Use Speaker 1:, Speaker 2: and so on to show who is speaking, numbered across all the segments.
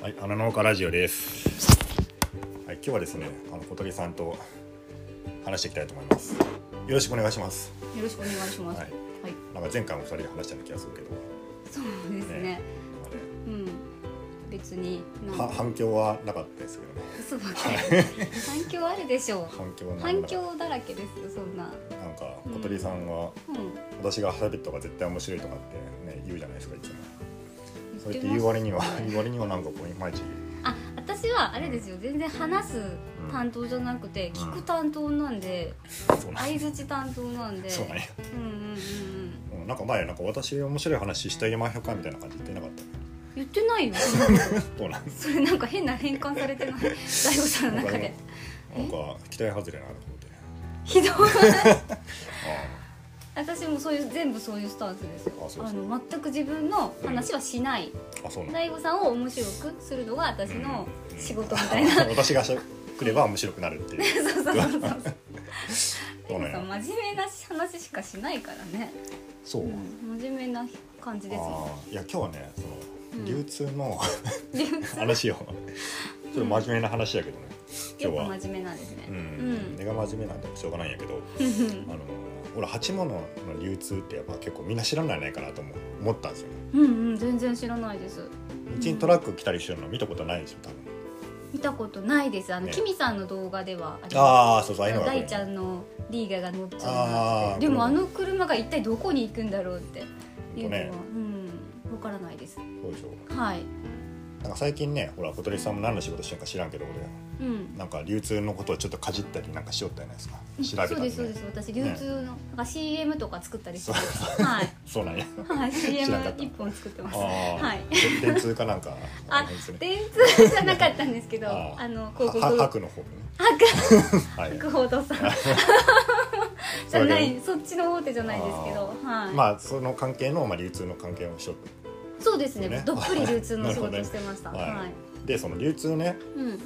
Speaker 1: はい、花農家ラジオです。はい、今日はですね、あの小鳥さんと話していきたいと思います。よろしくお願いします。
Speaker 2: よろしくお願いします。
Speaker 1: は
Speaker 2: はいい、
Speaker 1: なんか前回も二人で話したような気がするけど
Speaker 2: そうですね。
Speaker 1: ね
Speaker 2: うん、別に、なん
Speaker 1: は
Speaker 2: か、
Speaker 1: 反響はなかったですけどね。
Speaker 2: 嘘ばっかり。反響あるでしょう。
Speaker 1: 反響はな
Speaker 2: 反
Speaker 1: んか
Speaker 2: 響だらけですよ、そんな。
Speaker 1: なんか小鳥さんは、
Speaker 2: うん、
Speaker 1: 私が喋った方が絶対面白いとかってね言うじゃないですかいつも。それって
Speaker 2: ます
Speaker 1: 言う割には
Speaker 2: ね
Speaker 1: 言う割にはなんかこういまいち。
Speaker 2: あ、私はあれですよ、全然話す担当じゃなくて、
Speaker 1: ん
Speaker 2: 聞く担当なんで、
Speaker 1: そうなんや
Speaker 2: 相槌担当なんで。
Speaker 1: そうなんや。
Speaker 2: うんうんうんうん。
Speaker 1: うんなんか前なんか私面白い話してあげましょうかみたいな感じ言ってなかったね。
Speaker 2: 言ってないよ。
Speaker 1: どうなんです
Speaker 2: それなんか変な変換されて ない。大悟さんの中で。
Speaker 1: なんか期待外れなと思って。
Speaker 2: ひどい。
Speaker 1: ああ。
Speaker 2: 私もそういう全部そういうスタンスですよ
Speaker 1: あそう
Speaker 2: あ
Speaker 1: そう
Speaker 2: の全く自分の話はしない
Speaker 1: あそうなんだ
Speaker 2: 大悟さんを面白くするのが私の
Speaker 1: うん
Speaker 2: 仕事みた いな
Speaker 1: 私がしゃくれば面白くなるっていう
Speaker 2: そうそうそうそう
Speaker 1: そうなんや
Speaker 2: 大悟さん真面目な話しかしないからね、
Speaker 1: そう、
Speaker 2: うん真面目な感じですも
Speaker 1: ああいや今日はねその、
Speaker 2: うん
Speaker 1: 流通の
Speaker 2: ん理由
Speaker 1: 話 をちょっと真面目な話やけどね
Speaker 2: や
Speaker 1: 今
Speaker 2: っ
Speaker 1: 日は
Speaker 2: ぱ真面目なんですね
Speaker 1: う、
Speaker 2: うんん
Speaker 1: 根が真面目なんでしょうがないんやけどあのほら鉢物の流通ってやっぱ結構みんな知らないんじゃないかなと思う思ったんですよね
Speaker 2: うんうん全然知らないです
Speaker 1: うちにトラック来たりしてるの見たことないでしょ多分
Speaker 2: 見たことないですあの、
Speaker 1: ね
Speaker 2: キミさんの動画ではあります
Speaker 1: ああそうそうああいうのがこれ
Speaker 2: 大ちゃんのリーガが乗っち
Speaker 1: あ
Speaker 2: ゃうな
Speaker 1: ー
Speaker 2: ってでも
Speaker 1: こ
Speaker 2: あ
Speaker 1: れ
Speaker 2: の車が一体どこに行くんだろうっていうのは、
Speaker 1: ほんとね
Speaker 2: うんわからないです
Speaker 1: そうでしょ
Speaker 2: はい
Speaker 1: なんか最近ねほら小鳥さんも何の仕事してるか知らんけど俺
Speaker 2: うん
Speaker 1: なんか流通のことをちょっとかじったりなんかしよったじゃないですか調べた
Speaker 2: そう
Speaker 1: り、ね、
Speaker 2: ですそうです私流通の、なんか CM とか作ったりしてるはい
Speaker 1: そうなんや
Speaker 2: はい CM
Speaker 1: らなかった
Speaker 2: 一本作ってます
Speaker 1: ああ、
Speaker 2: はい
Speaker 1: 電通かなんか
Speaker 2: あ
Speaker 1: の辺ですね
Speaker 2: 電通じゃなかったんですけど
Speaker 1: あ
Speaker 2: あ
Speaker 1: あ
Speaker 2: の
Speaker 1: は
Speaker 2: 広告
Speaker 1: は
Speaker 2: 博
Speaker 1: 白の方ねはい
Speaker 2: 報堂 さんじゃないそっちの大手じゃないですけどはい、
Speaker 1: まあその関係の、まあ、流通の関係をしよう
Speaker 2: そうですね
Speaker 1: ね
Speaker 2: どっぷり流通の
Speaker 1: なる
Speaker 2: 仕
Speaker 1: ほどね
Speaker 2: 事してました、
Speaker 1: はい
Speaker 2: はい
Speaker 1: でその流通ね
Speaker 2: うん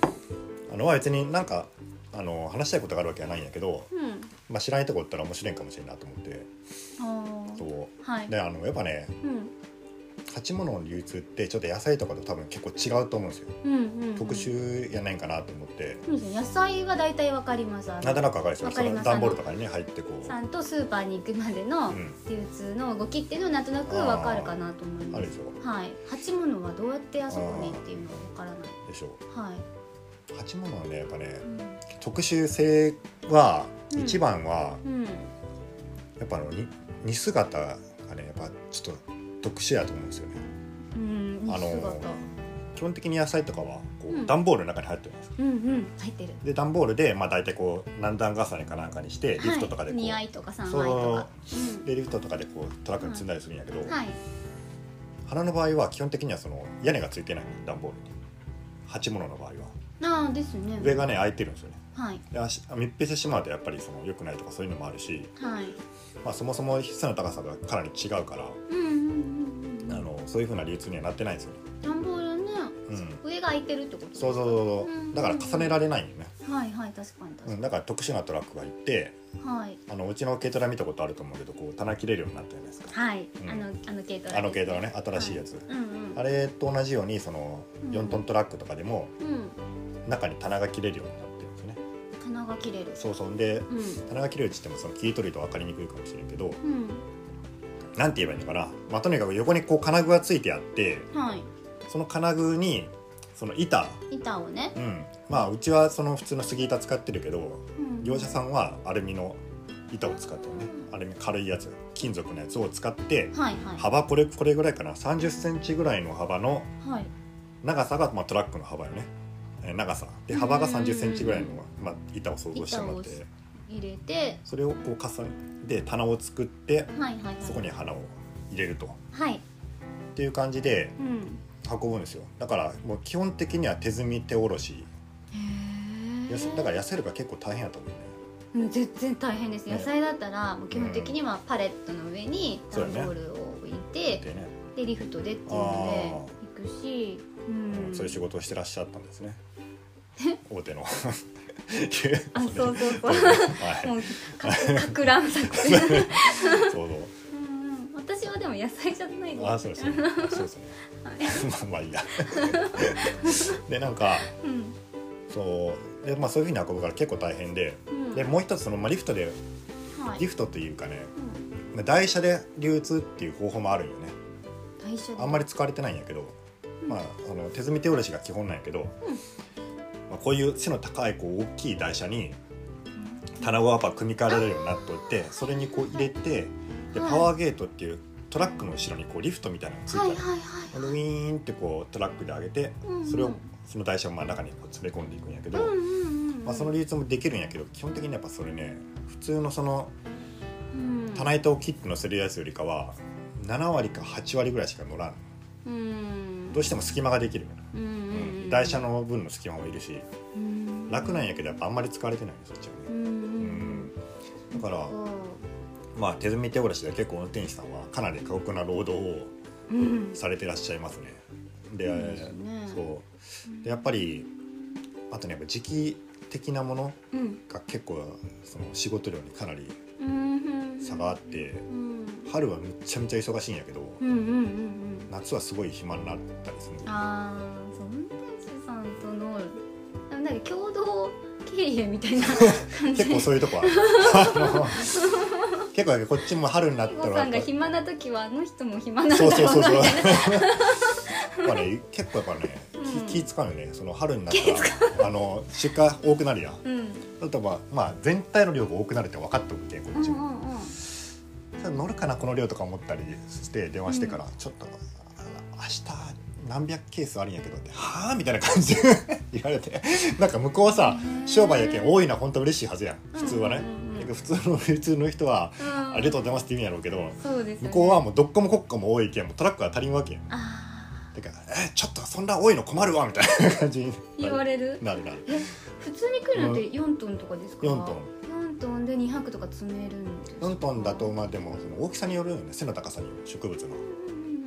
Speaker 1: あのまあ別になんかあの話したいことがあるわけはないんやけど、
Speaker 2: うん
Speaker 1: まあ、知らないとこだったら面白いかもしれんなと思って
Speaker 2: あー
Speaker 1: そ
Speaker 2: はい、
Speaker 1: うであのやっぱね
Speaker 2: うん
Speaker 1: 鉢物の流通ってちょっと野菜とかと多分結構違うと思うんですよ
Speaker 2: うんうんうん、
Speaker 1: 特集やないんかなと思って
Speaker 2: そうですね野菜は大体わかりますあの
Speaker 1: なんとなく分かるんで
Speaker 2: わ
Speaker 1: す
Speaker 2: か
Speaker 1: よ
Speaker 2: ります
Speaker 1: 段ボールとかにね入ってこう
Speaker 2: さんとスーパーに行くまでの
Speaker 1: うん
Speaker 2: 流通の動きっていうのはなんとなくわかるかなと思い
Speaker 1: あ
Speaker 2: ま
Speaker 1: る
Speaker 2: す
Speaker 1: でしょ
Speaker 2: はい鉢物はどうやってあそこにっていうのはわからない
Speaker 1: でしょ
Speaker 2: はい、
Speaker 1: 鉢物はねやっぱね
Speaker 2: うん
Speaker 1: 特殊性は
Speaker 2: うん
Speaker 1: 一番は
Speaker 2: うん、
Speaker 1: やっぱあのに似姿がねやっぱちょっと特殊やと思うんですよね
Speaker 2: うん、
Speaker 1: あ
Speaker 2: 姿、
Speaker 1: の基本的に野菜とかはこ
Speaker 2: う
Speaker 1: うん段ボールの中に入ってるんです
Speaker 2: うんうん入ってる
Speaker 1: で段ボールでまあ大体こう何段重ねかなんかにしてリフトとかでこ
Speaker 2: は
Speaker 1: う、
Speaker 2: い、2合とか3合と
Speaker 1: そ
Speaker 2: か
Speaker 1: うでリフトとかでこうトラックに積んだりするんやけど、
Speaker 2: うん、はい
Speaker 1: 花の場合は基本的にはその屋根がついてない段ボールに鉢物の場合は
Speaker 2: ああですね
Speaker 1: 上がね開いてるんですよね
Speaker 2: はい
Speaker 1: で足密閉してしまうとやっぱりその良くないとかそういうのもあるし、
Speaker 2: はい
Speaker 1: まあ、そもそも質の高さがかなり違うから
Speaker 2: うんうんうんうん
Speaker 1: あのそういう風な流通にはなってないんですよね、
Speaker 2: 段ボールね
Speaker 1: うん、
Speaker 2: 上が空いてるってこと
Speaker 1: そうそうそう
Speaker 2: う
Speaker 1: そうんだから重ねられないんよね、
Speaker 2: はいはい確かに確
Speaker 1: う
Speaker 2: かに、
Speaker 1: ん、だから特殊なトラックがいて
Speaker 2: はい
Speaker 1: あのうちの軽トラ見たことあると思うけどこう棚切れるようになったじゃないですか
Speaker 2: はい、
Speaker 1: うん
Speaker 2: あのあの軽トラです
Speaker 1: あの軽トラね新しいやつ、
Speaker 2: うんうん
Speaker 1: あれと同じようにその
Speaker 2: うん
Speaker 1: 4トントラックとかでも
Speaker 2: うん
Speaker 1: 中に棚が切れるようになってるんですよね
Speaker 2: 棚が切れる
Speaker 1: そうそうで
Speaker 2: うん
Speaker 1: 棚が切れるって言ってもその切り取ると分かりにくいかもしれんけど
Speaker 2: うん
Speaker 1: なんて言えばいいのかな、まあ、とにかく横にこう金具がついてあって
Speaker 2: はい
Speaker 1: その金具にその板
Speaker 2: 板をね、
Speaker 1: うんまあうちはその普通の杉板使ってるけど
Speaker 2: うん、
Speaker 1: 業者さんはアルミの板を使ってるね
Speaker 2: う
Speaker 1: アルミ軽いやつ金属のやつを使って
Speaker 2: はいはい
Speaker 1: 幅これこれぐらいかな3 0ンチぐらいの幅の
Speaker 2: はい
Speaker 1: 長さが、まあ、トラックの幅よねえー長さで幅が3 0ンチぐらいの、まあ、板を想像してもらっ
Speaker 2: 板
Speaker 1: て
Speaker 2: 入れて
Speaker 1: それをこう重ねて棚を作って
Speaker 2: はいはいはい
Speaker 1: そこに花を入れるとっ
Speaker 2: はい
Speaker 1: ていう感じで
Speaker 2: うん
Speaker 1: 運ぶんですよだからもう基本的には手摘み手おろし
Speaker 2: へ
Speaker 1: やす
Speaker 2: え
Speaker 1: だから痩せるが結構大変やと思うね
Speaker 2: うん全然大変です
Speaker 1: ね
Speaker 2: 野菜だったらもう基本的にはパレットの上に
Speaker 1: そう
Speaker 2: 段
Speaker 1: やね
Speaker 2: ボールを置いて、
Speaker 1: でね、
Speaker 2: でリフトでっていうので行くしうん
Speaker 1: そういう仕事をしてらっしゃったんですね大手の
Speaker 2: あそうそうそう
Speaker 1: はい
Speaker 2: もうかかく乱作
Speaker 1: そうそう
Speaker 2: うんうん私ははでも野菜じゃないです
Speaker 1: あそうですねあそうですね まあまあいいやでなんか
Speaker 2: うん
Speaker 1: そうで、まあ、そういうふうに運ぶから結構大変で
Speaker 2: うん
Speaker 1: でもう一つその、まあ、リフトで
Speaker 2: はい
Speaker 1: リフトというかね、
Speaker 2: うん
Speaker 1: まあ、台車で流通っていう方法もあるんよね
Speaker 2: 台車で
Speaker 1: あんまり使われてないんやけど、まあ、あの手積み手卸しが基本なんやけど、まあ、こういう背の高いこう大きい台車に棚をやっぱ組み替えられるようになっておいてそれにこう入れてで
Speaker 2: はい
Speaker 1: パワーゲートっていうトラックの後ろにこうリフトみたいなのがついて
Speaker 2: は
Speaker 1: ある
Speaker 2: いはいはい
Speaker 1: ウィーンってこうトラックで上げて
Speaker 2: うんうん
Speaker 1: それをその台車を真ん中にこう詰め込んでいくんやけど、
Speaker 2: うんうんうんうん
Speaker 1: まあ、その流通もできるんやけど基本的にやっぱそれね普通のその
Speaker 2: うん
Speaker 1: 棚板を切って乗せるやつよりかは7割か8割ぐらいしか乗らん
Speaker 2: うん
Speaker 1: どうしても隙間ができる、
Speaker 2: うんうんうん
Speaker 1: 台車の分の隙間もいるし
Speaker 2: うん
Speaker 1: 楽なんやけどやっぱあんまり使われてないねそっちは
Speaker 2: う
Speaker 1: ね、
Speaker 2: ん
Speaker 1: う
Speaker 2: う
Speaker 1: んん、だから
Speaker 2: そ、
Speaker 1: まあ、手積み手おろしで結構運転手さんはかなり過酷な労働を
Speaker 2: ううん
Speaker 1: されてらっしゃいますねで
Speaker 2: そうですね
Speaker 1: そうでやっぱりあとねやっぱ時期的なもの
Speaker 2: うん
Speaker 1: が結構その仕事量にかなり
Speaker 2: うん
Speaker 1: 差があって
Speaker 2: うん
Speaker 1: 春はめちゃめちゃ忙しいんやけど
Speaker 2: うんうんうんうん
Speaker 1: 夏はすごい暇になったりする
Speaker 2: ああそう運転手さんとのなんか共同経営みたいな感じ
Speaker 1: 結構
Speaker 2: で
Speaker 1: そういうと こはあの結構こっちも春になっ
Speaker 2: ひ
Speaker 1: た
Speaker 2: ご
Speaker 1: ら
Speaker 2: さんが暇な時はあの人も暇なんだ
Speaker 1: そ
Speaker 2: ろ
Speaker 1: うそうそう
Speaker 2: うな
Speaker 1: そうやっ
Speaker 2: みたい
Speaker 1: ぱね結構やっぱね、
Speaker 2: うん
Speaker 1: 気気使うよねその春になったらあの出荷多くなるやん
Speaker 2: なうんうん
Speaker 1: 例えば、まあ、全体の量が多くなるって分かっておくけんこっ
Speaker 2: うん
Speaker 1: ち
Speaker 2: う
Speaker 1: も、
Speaker 2: んうん
Speaker 1: さあ乗るかなこの量とか思ったりして電話してから、ちょっとあ明日何百ケースあるんやけどって「はあ?」みたいな感じで 言われてなんか向こうはさ商売やけん多いのは本当嬉しいはずやん普通はね、
Speaker 2: うんうんうん
Speaker 1: だけど普通の普通の人は「
Speaker 2: うん
Speaker 1: ありがとうございます」って意味やろうけど
Speaker 2: そうです
Speaker 1: 向こうはもうどっこもこっこも多いけんもうトラックが足りんわけやん
Speaker 2: あ
Speaker 1: だから「えちょっとそんな多いの困るわ」みたいな感じに
Speaker 2: ー言われる
Speaker 1: なるなる
Speaker 2: え普通に来るのって4トンとかですか
Speaker 1: 4トン
Speaker 2: 4トンで200とか積めるんですか
Speaker 1: 4トンだとまあでもその大きさによるよね背の高さによる植物の。
Speaker 2: うんう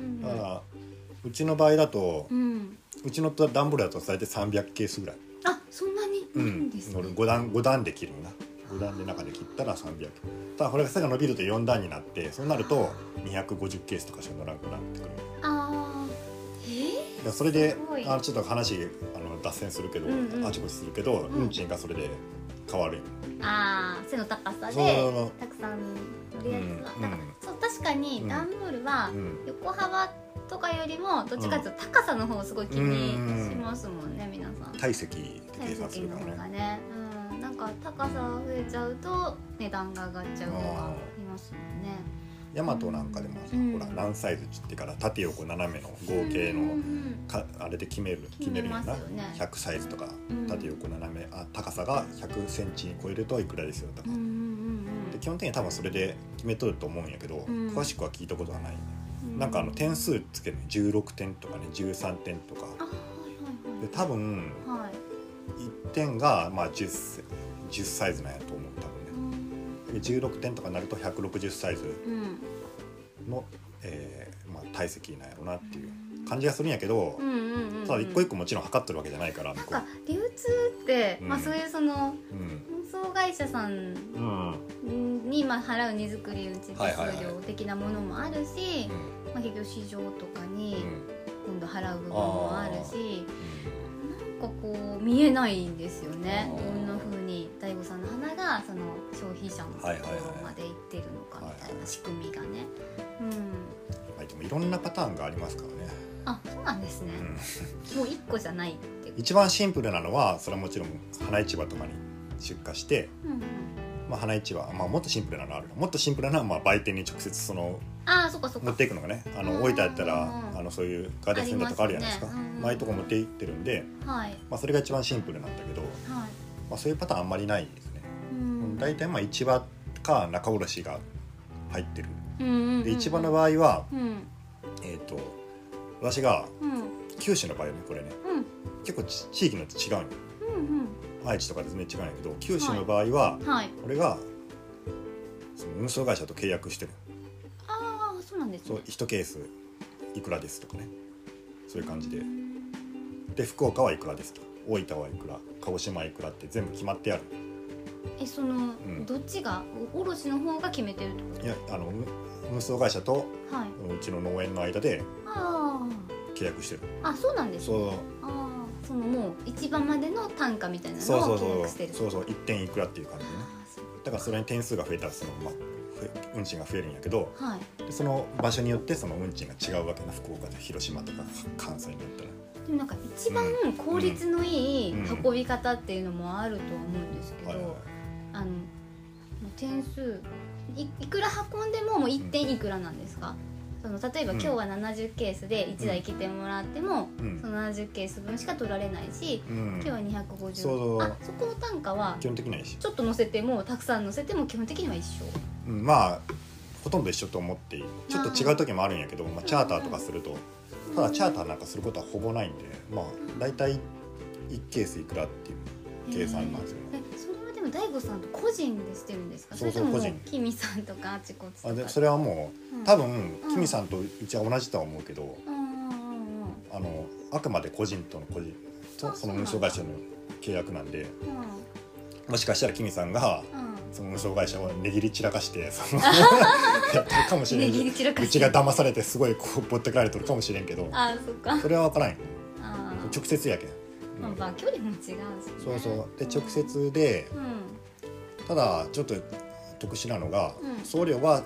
Speaker 2: ん
Speaker 1: だからうちの場合だと
Speaker 2: うんうん
Speaker 1: うちの段ボールだと大体300ケースぐらい、
Speaker 2: あそんなにいるんですね
Speaker 1: 乗る5段5段で切るな5段で中で切ったら300ただこれが背が伸びると4段になってそうなると250ケースとかしか乗らなくなってくる
Speaker 2: あーえ
Speaker 1: だからそれです
Speaker 2: ごい
Speaker 1: あのちょっと話あの脱線するけど、
Speaker 2: うんうん
Speaker 1: あちこちするけど、
Speaker 2: うん
Speaker 1: 運賃がそれで変わる
Speaker 2: ー、あー背の高さ
Speaker 1: そうそう
Speaker 2: で
Speaker 1: そう
Speaker 2: たくさん乗るや
Speaker 1: う
Speaker 2: つは、
Speaker 1: ん
Speaker 2: だから
Speaker 1: うん
Speaker 2: そう確かに
Speaker 1: うん
Speaker 2: 段ボールは
Speaker 1: うん
Speaker 2: 横幅とかよりもどっちかっていうと高さの方をすごい気にしますもんね、皆さん。
Speaker 1: 体積で計
Speaker 2: 体
Speaker 1: 算す
Speaker 2: 積
Speaker 1: る
Speaker 2: の
Speaker 1: から
Speaker 2: 方が
Speaker 1: ね
Speaker 2: ね、うん、なんか高さが増えちゃうと値段が上がっちゃうとかいますもんね。
Speaker 1: ヤマトなんかでもさ、
Speaker 2: うん
Speaker 1: ほら何サイズ切ってから縦横斜めの合計
Speaker 2: うんうんう
Speaker 1: の
Speaker 2: ん
Speaker 1: かあれで決める
Speaker 2: 決
Speaker 1: 決
Speaker 2: め
Speaker 1: めるん
Speaker 2: ま
Speaker 1: や
Speaker 2: す
Speaker 1: な、
Speaker 2: よね。
Speaker 1: 100サイズとか
Speaker 2: うん
Speaker 1: 縦横斜めあ高さが100センチに超えるといくらですよとか、
Speaker 2: うんうん
Speaker 1: で基本的に多分それで決めとると思うんやけど、
Speaker 2: ん
Speaker 1: 詳しくは聞いたことはない、
Speaker 2: うんうん。
Speaker 1: なんかあの点数つけるね16点とかね13点とか
Speaker 2: あは
Speaker 1: で多分
Speaker 2: いはいはい。はい。
Speaker 1: 1点がまあ 10, 10サイズなんやと思う多
Speaker 2: う
Speaker 1: 分ねで
Speaker 2: ん
Speaker 1: 16点とかになると160サイズ
Speaker 2: うん
Speaker 1: の、えーまあ、体積なんやろうなっていう感じがするんやけど、
Speaker 2: うんうんうんうん。
Speaker 1: ただ一個一個もちろん測ってるわけじゃないから
Speaker 2: な
Speaker 1: 向
Speaker 2: ん
Speaker 1: こ
Speaker 2: か流通って、
Speaker 1: うん
Speaker 2: まあそういうその
Speaker 1: ううん
Speaker 2: 運送会社さん
Speaker 1: うん
Speaker 2: にまあ払う荷造り運賃手
Speaker 1: はいはいはい
Speaker 2: 数料的なものもあるし、
Speaker 1: うん
Speaker 2: まあ結局市場とか
Speaker 1: うん
Speaker 2: に今度払う部分もある
Speaker 1: う
Speaker 2: し、
Speaker 1: ん
Speaker 2: なんかこう見えないんですよね。
Speaker 1: あ
Speaker 2: ど
Speaker 1: ー
Speaker 2: んな風に大悟さんの花がその消費者のとこ
Speaker 1: はいはいはい
Speaker 2: ろまで行ってるのかみた
Speaker 1: はい
Speaker 2: い
Speaker 1: は
Speaker 2: ない仕組みがね。うん。
Speaker 1: まあ、でもいろんなパターンがありますからね、
Speaker 2: あ、そうなんですね。もう一個じゃないっていう。
Speaker 1: 一番シンプルなのはそれはもちろん花市場とかに出荷して、
Speaker 2: うんうん。
Speaker 1: まあ、花市場、まあ、もっとシンプルなのあるもっとシンプルなのはまあ売店に直接その
Speaker 2: あー、そっかそっ
Speaker 1: 持
Speaker 2: か
Speaker 1: っ。ていくのがねあ
Speaker 2: うん
Speaker 1: の置いてあったら
Speaker 2: うん
Speaker 1: あのそういうガーデンセンターとかあるじゃないですか
Speaker 2: ありますねうん
Speaker 1: まあああいうとこ持って行ってるんで、
Speaker 2: はい
Speaker 1: まあ、それが一番シンプルなんだけど、
Speaker 2: はい。
Speaker 1: まあ、そういうパターンあんまりないですね、
Speaker 2: うん
Speaker 1: 大体まあ市場か仲卸が入ってる
Speaker 2: うんうんうん
Speaker 1: で市場の場合は、
Speaker 2: うん
Speaker 1: えー、と私が
Speaker 2: うん
Speaker 1: 九州の場合はねこれね
Speaker 2: うん
Speaker 1: 結構ち地域によって違うんよ
Speaker 2: うん
Speaker 1: 愛知とかで全然違うんやけど九州の場合は
Speaker 2: うんはい
Speaker 1: 俺がその運送会社と契約してる
Speaker 2: ああそうなんです
Speaker 1: そう
Speaker 2: ね
Speaker 1: 1ケースいくらですとかねそういう感じでで福岡はいくらですと大分はいくら鹿児島はいくらって全部決まってある
Speaker 2: えその、
Speaker 1: ん
Speaker 2: どっちがお卸の方が決めてるってこと
Speaker 1: いやあのう運送会社と
Speaker 2: はい。
Speaker 1: うんうちの農園の間で
Speaker 2: あ
Speaker 1: 契約してる
Speaker 2: あ。あ、そうなんです
Speaker 1: そ
Speaker 2: ね。
Speaker 1: う
Speaker 2: ああ、そのもう市場までの単価みたいなの
Speaker 1: そうそう
Speaker 2: を契
Speaker 1: そう
Speaker 2: 約してる。
Speaker 1: そうそう1点いくらっていう感じでね
Speaker 2: あーそ
Speaker 1: だからそれに点数が増えたらその、まあ、増え運賃が増えるんやけど
Speaker 2: うはい。
Speaker 1: でその場所によってその運賃が違うわけな福岡と広島とか関西によったら
Speaker 2: でもなんか一番効率のいい
Speaker 1: うん
Speaker 2: 運び方っていうのもあるとは思うんですけど、
Speaker 1: はいはいはい
Speaker 2: あのもう点数いいくら運んでももう1点いくらなんですか、その例えば
Speaker 1: うん
Speaker 2: 今日は70ケースで1台来てもらっても、
Speaker 1: うん
Speaker 2: その70ケース分しか取られないし、
Speaker 1: うん
Speaker 2: 今日は250
Speaker 1: そうそう
Speaker 2: あそこの単価は
Speaker 1: 基本的には一緒
Speaker 2: ちょっと乗せてもたくさん乗せても基本的には一緒
Speaker 1: うんまあほとんど一緒と思っていいちょっと違う時もあるんやけど、まあ、チャーターとかするとただチャーターなんかすることはほぼないんでまあ大体1ケースいくらっていう計算なんですよね
Speaker 2: えそれはでも大悟さんと個人でしてるんですか
Speaker 1: そうそう
Speaker 2: れとも
Speaker 1: 個
Speaker 2: もう
Speaker 1: 人
Speaker 2: キミさんとかあちこちとか
Speaker 1: あでそれはも
Speaker 2: うん
Speaker 1: う多分キミさんとうちは同じとは思うけど
Speaker 2: うんうんうんうん
Speaker 1: あのあくまで個人との個人
Speaker 2: あ
Speaker 1: とその
Speaker 2: そうなん
Speaker 1: 運
Speaker 2: だ
Speaker 1: 送会社の契約なんで
Speaker 2: うん
Speaker 1: もしかしたらキミさんが
Speaker 2: う
Speaker 1: その運送会社を値切り散らかしてそ のやってるかもし
Speaker 2: ん
Speaker 1: れ
Speaker 2: ね
Speaker 1: ん
Speaker 2: ぎり散らか
Speaker 1: う
Speaker 2: して
Speaker 1: ちが騙されてすごいこうぼってくられてるかもしれんけど
Speaker 2: あーそっか
Speaker 1: それは分からんよ
Speaker 2: あー
Speaker 1: 直接やけん、
Speaker 2: まあ、まあ距離も違うしね、
Speaker 1: そうそうで直接で
Speaker 2: うん
Speaker 1: ただちょっと特殊なのが、
Speaker 2: うん
Speaker 1: 送料は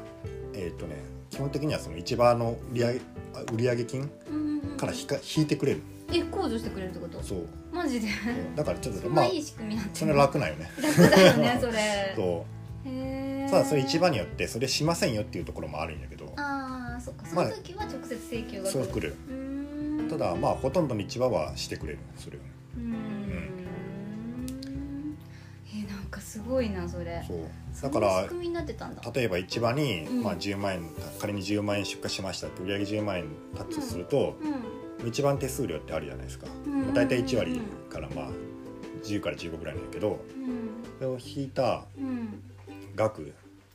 Speaker 1: えーっ、とね基本的にはその市場の売上あ売上金
Speaker 2: うんうんうん
Speaker 1: から引か引いてくれる
Speaker 2: え控除してくれるってこと
Speaker 1: そう
Speaker 2: マジで
Speaker 1: だからちょっ
Speaker 2: そ
Speaker 1: と
Speaker 2: ん
Speaker 1: ま
Speaker 2: な
Speaker 1: あ
Speaker 2: いい仕組みなんて
Speaker 1: それは楽なんよね
Speaker 2: 楽だよ ねそれ
Speaker 1: そ
Speaker 2: へ
Speaker 1: う
Speaker 2: ー
Speaker 1: ただそれ市場によってそれしませんよっていうところもあるんやけど
Speaker 2: ああそっかそ
Speaker 1: まあ
Speaker 2: の時は直接請求が来る
Speaker 1: そう来る
Speaker 2: うーん
Speaker 1: ただまあほとんどの市場はしてくれるそれを
Speaker 2: うーんえなんかすごいなそれ
Speaker 1: そう
Speaker 2: そ
Speaker 1: だ
Speaker 2: ん
Speaker 1: か
Speaker 2: な
Speaker 1: ら
Speaker 2: 仕組みになってたんだ
Speaker 1: 例えば市場に、
Speaker 2: うん
Speaker 1: まあ、10万円仮に10万円出荷しましたって売上10万円タッチすると、
Speaker 2: うん
Speaker 1: 一番手数料ってあるじゃないですか、
Speaker 2: うんうんうん
Speaker 1: 大体1割からまあ10から15ぐらいなんやけど
Speaker 2: うん
Speaker 1: それを引いた
Speaker 2: うん
Speaker 1: 額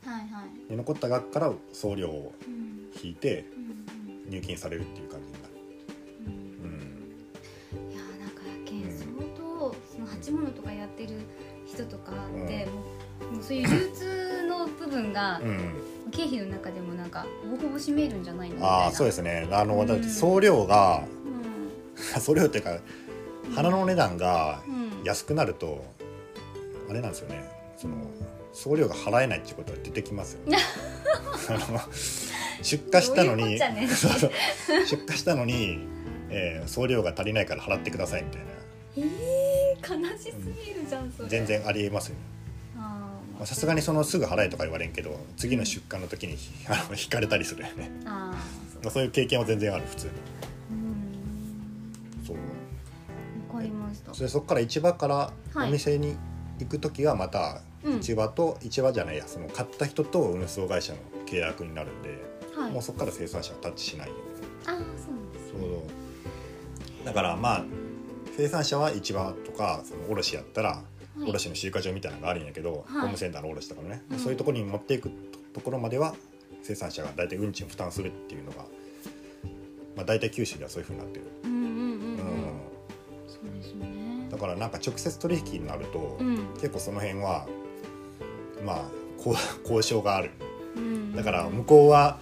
Speaker 2: はいはい
Speaker 1: で残った額から送料を
Speaker 2: うん
Speaker 1: 引いて
Speaker 2: うんうん
Speaker 1: 入金されるっていう感じになる、うん
Speaker 2: いやーなんかやけん相当その鉢物とかやってる人とかって、
Speaker 1: う
Speaker 2: もうもうそういう流通の部分が
Speaker 1: うん、
Speaker 2: 経費の中でもなんかほぼほぼ占めるんじゃないのみたいな
Speaker 1: ああそうですねあ
Speaker 2: う
Speaker 1: の
Speaker 2: ん
Speaker 1: だって送料が
Speaker 2: う
Speaker 1: 送料っていうか
Speaker 2: ん、
Speaker 1: 花の値段が
Speaker 2: うん
Speaker 1: 安くなるとあれなんですよねその送料が払えないっていうことが出てきますよ、 ね、あの出荷したの
Speaker 2: どうい
Speaker 1: に
Speaker 2: うこっちゃ ね
Speaker 1: そうそう出荷したのに、えー送料が足りないから払ってくださいみたいな
Speaker 2: えー、悲しすぎるじゃんそれ
Speaker 1: 全然ありえますよね
Speaker 2: あー、
Speaker 1: まあさすがにそのすぐ払えとか言われんけど次の出荷の時にあの引かれたりするよね、
Speaker 2: あーそう
Speaker 1: まあ、そういう経験は全然ある普通に
Speaker 2: うん
Speaker 1: そう
Speaker 2: わかりました
Speaker 1: それそこから市場から
Speaker 2: はい
Speaker 1: お店に行く時はまた
Speaker 2: うん
Speaker 1: 市場と、市場じゃないやその買った人と運送会社の契約になるんで、
Speaker 2: はい
Speaker 1: もうそこから生産者はタッチしないよ
Speaker 2: ああそうなんですね
Speaker 1: だからまあ生産者は市場とかその卸やったら、
Speaker 2: はい
Speaker 1: 卸の集荷場みたいなのがあるんやけど、
Speaker 2: はい
Speaker 1: ホームセンターの卸とかのね、
Speaker 2: うん
Speaker 1: そういうところに持っていくところまでは生産者が大体運賃を負担するっていうのが、まあ、大体九州ではそういうふうになってる、
Speaker 2: うんうんうん
Speaker 1: う
Speaker 2: うん、
Speaker 1: ん
Speaker 2: そうですね
Speaker 1: だからなんか直接取引になると、
Speaker 2: うん
Speaker 1: 結構その辺はまあこう 交渉がある
Speaker 2: うん
Speaker 1: だから向こうは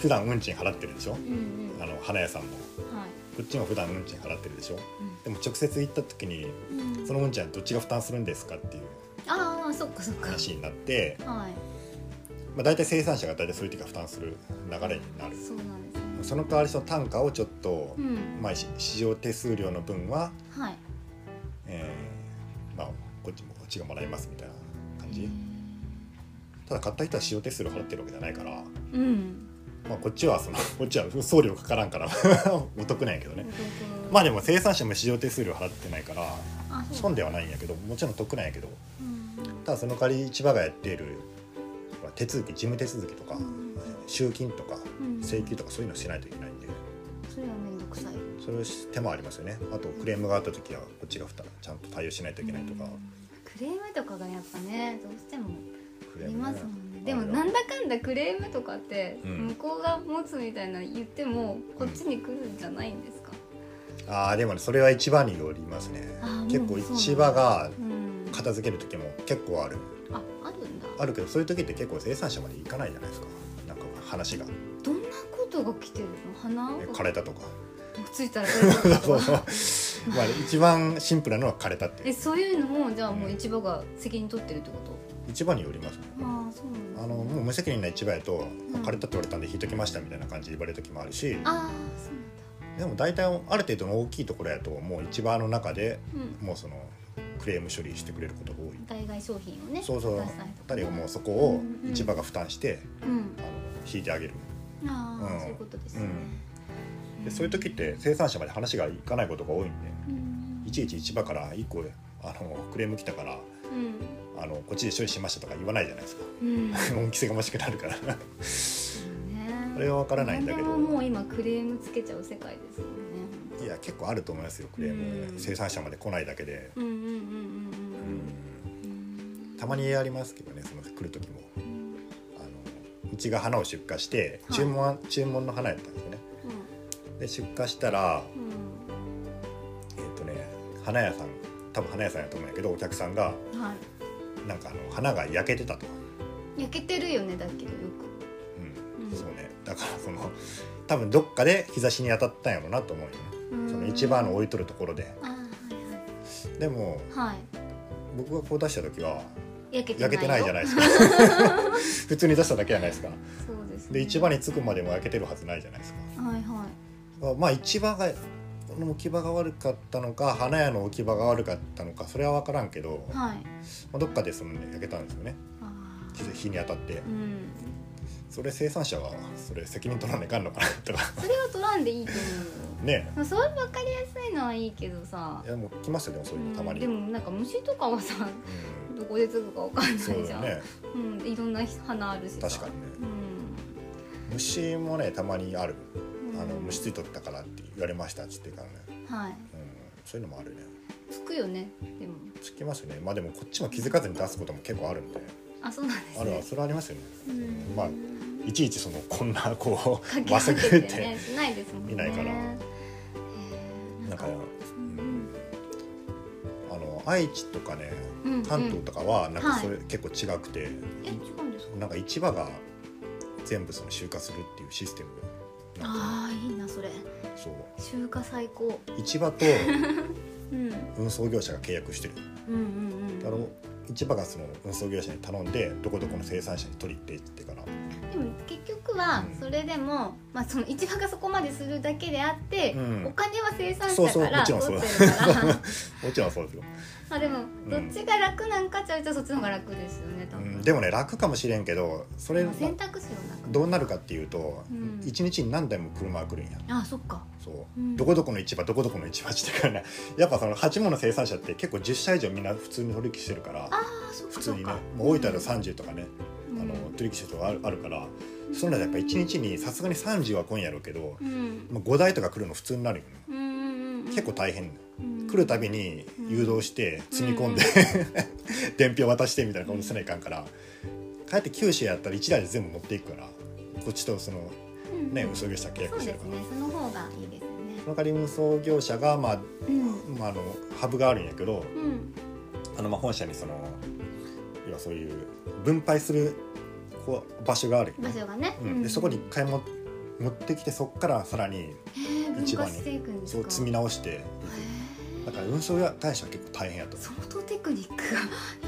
Speaker 1: 普段運賃払ってるでしょ
Speaker 2: うんうん
Speaker 1: あの花屋さんも
Speaker 2: はい
Speaker 1: こっちも普段運賃払ってるでしょ
Speaker 2: うん
Speaker 1: でも直接行った時にその運賃はどっちが負担するんですかっていう
Speaker 2: ああそっかそっか
Speaker 1: 話になって、
Speaker 2: はい
Speaker 1: まあ、大体生産者が大体そういう時は負担する流れになる
Speaker 2: そうなんですね
Speaker 1: その代わりその単価をちょっと
Speaker 2: う、ん
Speaker 1: まあ、し市場手数料の分は、
Speaker 2: はい
Speaker 1: えーまあ、こっちもこっちがもらいますみたいな感じ、ただ買った人は市場手数料払ってるわけじゃないから、
Speaker 2: うん
Speaker 1: まあ、こっちはその こっちは送料かからんから お得なんやけどねまあでも生産者も市場手数料払ってないから
Speaker 2: あそう
Speaker 1: 損ではないんやけどもちろん得なんやけど
Speaker 2: うん
Speaker 1: ただその代わり市場がやっているほら手続き事務手続きとか集金とか
Speaker 2: うん
Speaker 1: 請求とかそういうのしないといけないんで
Speaker 2: それは面倒くさい
Speaker 1: それをし手もありますよねあとクレームがあった時はこっちが負担ちゃんと対応しないといけないとか
Speaker 2: クレームとかがやっぱねどうしても
Speaker 1: ク
Speaker 2: あ
Speaker 1: レー
Speaker 2: り
Speaker 1: ムね
Speaker 2: ますもんねでもなんだかんだクレームとかって
Speaker 1: うん
Speaker 2: 向こうが持つみたいな言ってもこっちに来るんじゃないんですか
Speaker 1: ああでもねそれは市場によりますね
Speaker 2: あーもう
Speaker 1: 結構
Speaker 2: そうなんだ
Speaker 1: 市場が
Speaker 2: うん
Speaker 1: 片付ける時も結構ある
Speaker 2: ああるんだ
Speaker 1: あるけどそういう時って結構生産者まで行かないじゃないですかなんか話が
Speaker 2: どんなことが来てるの花
Speaker 1: え枯れたとか
Speaker 2: ついたら枯れたと
Speaker 1: そう
Speaker 2: か
Speaker 1: そうまあ一番シンプルなのは枯れたってい
Speaker 2: え
Speaker 1: う
Speaker 2: そういうのもじゃあもう市場が責任取ってるってこと、
Speaker 1: 一番によります
Speaker 2: ああそうなんだ
Speaker 1: あのもう無責任な市場やと、
Speaker 2: ん
Speaker 1: 枯れたって言われたんで引いときましたみたいな感じで言われる時もあるし
Speaker 2: ああそうなん
Speaker 1: で
Speaker 2: だ
Speaker 1: も大体ある程度の大きいところやともう市場の中で
Speaker 2: うん
Speaker 1: もうそのクレーム処理してくれることが多い
Speaker 2: 代替商品をね
Speaker 1: そうそう
Speaker 2: 出したりとか
Speaker 1: 誰
Speaker 2: ね
Speaker 1: をもうそこを市場が負担して、
Speaker 2: うん
Speaker 1: あの引いてあげる
Speaker 2: ああ、
Speaker 1: うん
Speaker 2: そういうことですね、
Speaker 1: でそういう時って生産者まで話がいかないことが多いんで
Speaker 2: うん
Speaker 1: いちいち市場から1個あのクレーム来たから
Speaker 2: うん
Speaker 1: あのこっちで処理しましたとか言わないじゃないですか
Speaker 2: うんね
Speaker 1: 恩着せがましくなるから あれは分からないんだけど
Speaker 2: 何でももう今クレームつけちゃう世界ですよね
Speaker 1: いや結構あると思いますよクレーム、
Speaker 2: うん
Speaker 1: 生産者まで来ないだけで、
Speaker 2: うんうんうんうんうん
Speaker 1: たまにありますけどねその来る時も
Speaker 2: うん
Speaker 1: あのうちが花を出荷して
Speaker 2: はい
Speaker 1: 注文,、注文の花やったんですよねで出荷したら
Speaker 2: うん
Speaker 1: えっ、とね花屋さん多分花屋さんやと思うんやけどお客さんが
Speaker 2: うんは
Speaker 1: なんかあの花が焼けてたと、
Speaker 2: い焼けてるよねだけどよ
Speaker 1: うん
Speaker 2: うん
Speaker 1: そうねだからその多分どっかで日差しに当たったんやろうなと思うよね
Speaker 2: くうん
Speaker 1: その一番の置いとるところで
Speaker 2: あ
Speaker 1: でも
Speaker 2: ーはいはいはい
Speaker 1: 僕がこう出した時は
Speaker 2: 焼けてない
Speaker 1: 焼けてないじゃない
Speaker 2: い
Speaker 1: ですか普通に出しただけじゃないですか
Speaker 2: そうです、ね、
Speaker 1: で市場に着くまでも焼けてるはずないじゃないですか
Speaker 2: はいはい
Speaker 1: まあまあ市場がの置き場が悪かったのか花屋の置き場が悪かったのかそれは分からんけど、ま
Speaker 2: はい
Speaker 1: あ、どっかでその、ね、焼けたんですよね
Speaker 2: あ
Speaker 1: 日日に当たって
Speaker 2: ーうん
Speaker 1: それ生産者はそれ責任取らないかんのかなとか
Speaker 2: それは取らんでいいと思
Speaker 1: ね
Speaker 2: うよそう分かりやすいのはいいけどさ
Speaker 1: いやもう来ましたよでもそういうのたまに、
Speaker 2: で
Speaker 1: うん
Speaker 2: もなんか虫とかはさどこでつくかわかんないじ
Speaker 1: そうだ
Speaker 2: ゃ
Speaker 1: よ
Speaker 2: ん
Speaker 1: ね
Speaker 2: うん、いろんな花あるしさ
Speaker 1: 確かにね
Speaker 2: う
Speaker 1: 虫もねたまにある
Speaker 2: ん、
Speaker 1: あの虫
Speaker 2: つ
Speaker 1: ついとったからって言われましたっつってからね、
Speaker 2: はい
Speaker 1: うん、そういうのもあるね
Speaker 2: つくよねでも
Speaker 1: つきますねまあでもこっちも気づかずに出すことも結構あるんで
Speaker 2: あそうなんです
Speaker 1: あるは
Speaker 2: ね
Speaker 1: それはありますよね、
Speaker 2: うん
Speaker 1: まあいちいちそのこん なこう
Speaker 2: かけ
Speaker 1: 忘
Speaker 2: 分
Speaker 1: れ
Speaker 2: け
Speaker 1: て
Speaker 2: てねしないですもんね
Speaker 1: いないから
Speaker 2: へー
Speaker 1: なんか
Speaker 2: うん
Speaker 1: あの愛知とかね
Speaker 2: うんうん
Speaker 1: 関東とかはなんか
Speaker 2: はい
Speaker 1: それ結構違くて、
Speaker 2: え違うんですか
Speaker 1: なんか市場が全部その集荷するっていうシステムなんか
Speaker 2: あーいいなそれ
Speaker 1: そう
Speaker 2: 集荷最高
Speaker 1: 市場と
Speaker 2: うん
Speaker 1: 運送業者が契約してる
Speaker 2: うんうんうん
Speaker 1: だから市場がその運送業者に頼んでどこどこの生産者に取りってってから
Speaker 2: でも結局は
Speaker 1: うん
Speaker 2: それでも、まあ、その市場がそこまでするだけであって、
Speaker 1: うん
Speaker 2: お金は生産
Speaker 1: そう
Speaker 2: 者
Speaker 1: そう
Speaker 2: から
Speaker 1: もちろんそう
Speaker 2: 取ってるから
Speaker 1: もちろんそうですよ、
Speaker 2: まあでもどっちが楽なんかっちゃうとそっちの方が楽ですよね多
Speaker 1: う
Speaker 2: 分、
Speaker 1: ん、でもね楽かもしれんけどそれ
Speaker 2: まあ選択肢の中
Speaker 1: どうなるかっていうと、
Speaker 2: うん
Speaker 1: 一日に何台も車が来るんや
Speaker 2: あそっか
Speaker 1: そう、
Speaker 2: うん
Speaker 1: どこどこの市場どこどこの市場ってからね やっぱその八もの生産者って結構10社以上みんな普通に取引してるから
Speaker 2: あそっか
Speaker 1: 普通に
Speaker 2: そっ
Speaker 1: ね
Speaker 2: か
Speaker 1: もう多いとある30とかね、
Speaker 2: うん
Speaker 1: あの取引してるとこあるあるからその中でやっぱ1日にさすがに30は来んやろうけど、
Speaker 2: うん
Speaker 1: まあ、5台とか来るの普通になるよね
Speaker 2: うんうんうん
Speaker 1: 結構大変、
Speaker 2: うん
Speaker 1: 来るたびに誘導して積み込ん で、伝票渡してみたいなことせないかんからかえって九州やったら1台で全部持っていくからこっちとその
Speaker 2: うん
Speaker 1: ね運送業者契
Speaker 2: そう
Speaker 1: 約して
Speaker 2: で
Speaker 1: る
Speaker 2: す
Speaker 1: から。
Speaker 2: ねその方がいいですね
Speaker 1: その代わり運送業者が、まあ
Speaker 2: うん
Speaker 1: まあ、あのハブがあるんやけど
Speaker 2: うん
Speaker 1: あの、まあ、本社にその要はそういう分配するこう場所がある、
Speaker 2: 場所がね、
Speaker 1: うん、でそこに一回も持ってきてそこからさらに
Speaker 2: へー分
Speaker 1: 市場
Speaker 2: 化
Speaker 1: に
Speaker 2: していくんです
Speaker 1: そう
Speaker 2: か
Speaker 1: 積み直して
Speaker 2: へー
Speaker 1: だから運送会社は結構大変やと思う
Speaker 2: 相当テクニックがい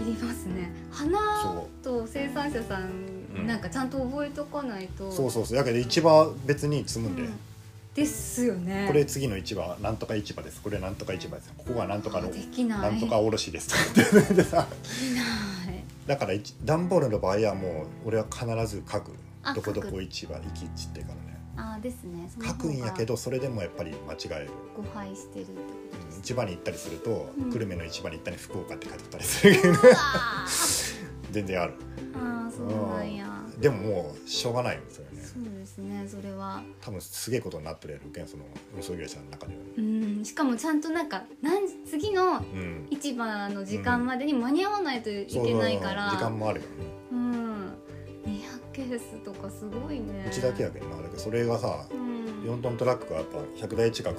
Speaker 2: ります ね花と生産者さ
Speaker 1: うん
Speaker 2: んなんかちゃんと覚えとかないと
Speaker 1: そうそうそうやけど市場は別に積むんで、
Speaker 2: うんですよね
Speaker 1: これ次の市場はなんとか市場ですこれなんとか市場ですここはなんとかの
Speaker 2: できない
Speaker 1: なんとか卸ですってでさ
Speaker 2: できない
Speaker 1: だから一段ボールの場合はもう俺は必ず書く
Speaker 2: あ
Speaker 1: どこど
Speaker 2: 書
Speaker 1: こ
Speaker 2: く
Speaker 1: 市場行き地ってからね
Speaker 2: あーですねその
Speaker 1: 書くんやけ
Speaker 2: 方が
Speaker 1: どそれでもやっぱり間違える、
Speaker 2: 誤配してるってこと
Speaker 1: う
Speaker 2: で
Speaker 1: ん
Speaker 2: す
Speaker 1: 市場に行ったりすると、
Speaker 2: うん
Speaker 1: 久留米の市場に行ったり福岡って書いてたりす るけど
Speaker 2: うわー
Speaker 1: 全然ある
Speaker 2: あーそうなんや
Speaker 1: でももうしょうがないよそれね
Speaker 2: そうですねそれは
Speaker 1: 多分すげえことになってるやろうけんその運送業者の中では、
Speaker 2: うんしかもちゃんとなんか何時次
Speaker 1: う
Speaker 2: の
Speaker 1: ん、
Speaker 2: 市場の時間までに間に合わないといけないから
Speaker 1: そうそう時間もあるからね
Speaker 2: うん200ケースとかすごいね
Speaker 1: うちだけやけどなだけどそれがさ
Speaker 2: うん
Speaker 1: 4トントラックがやっぱ100台近く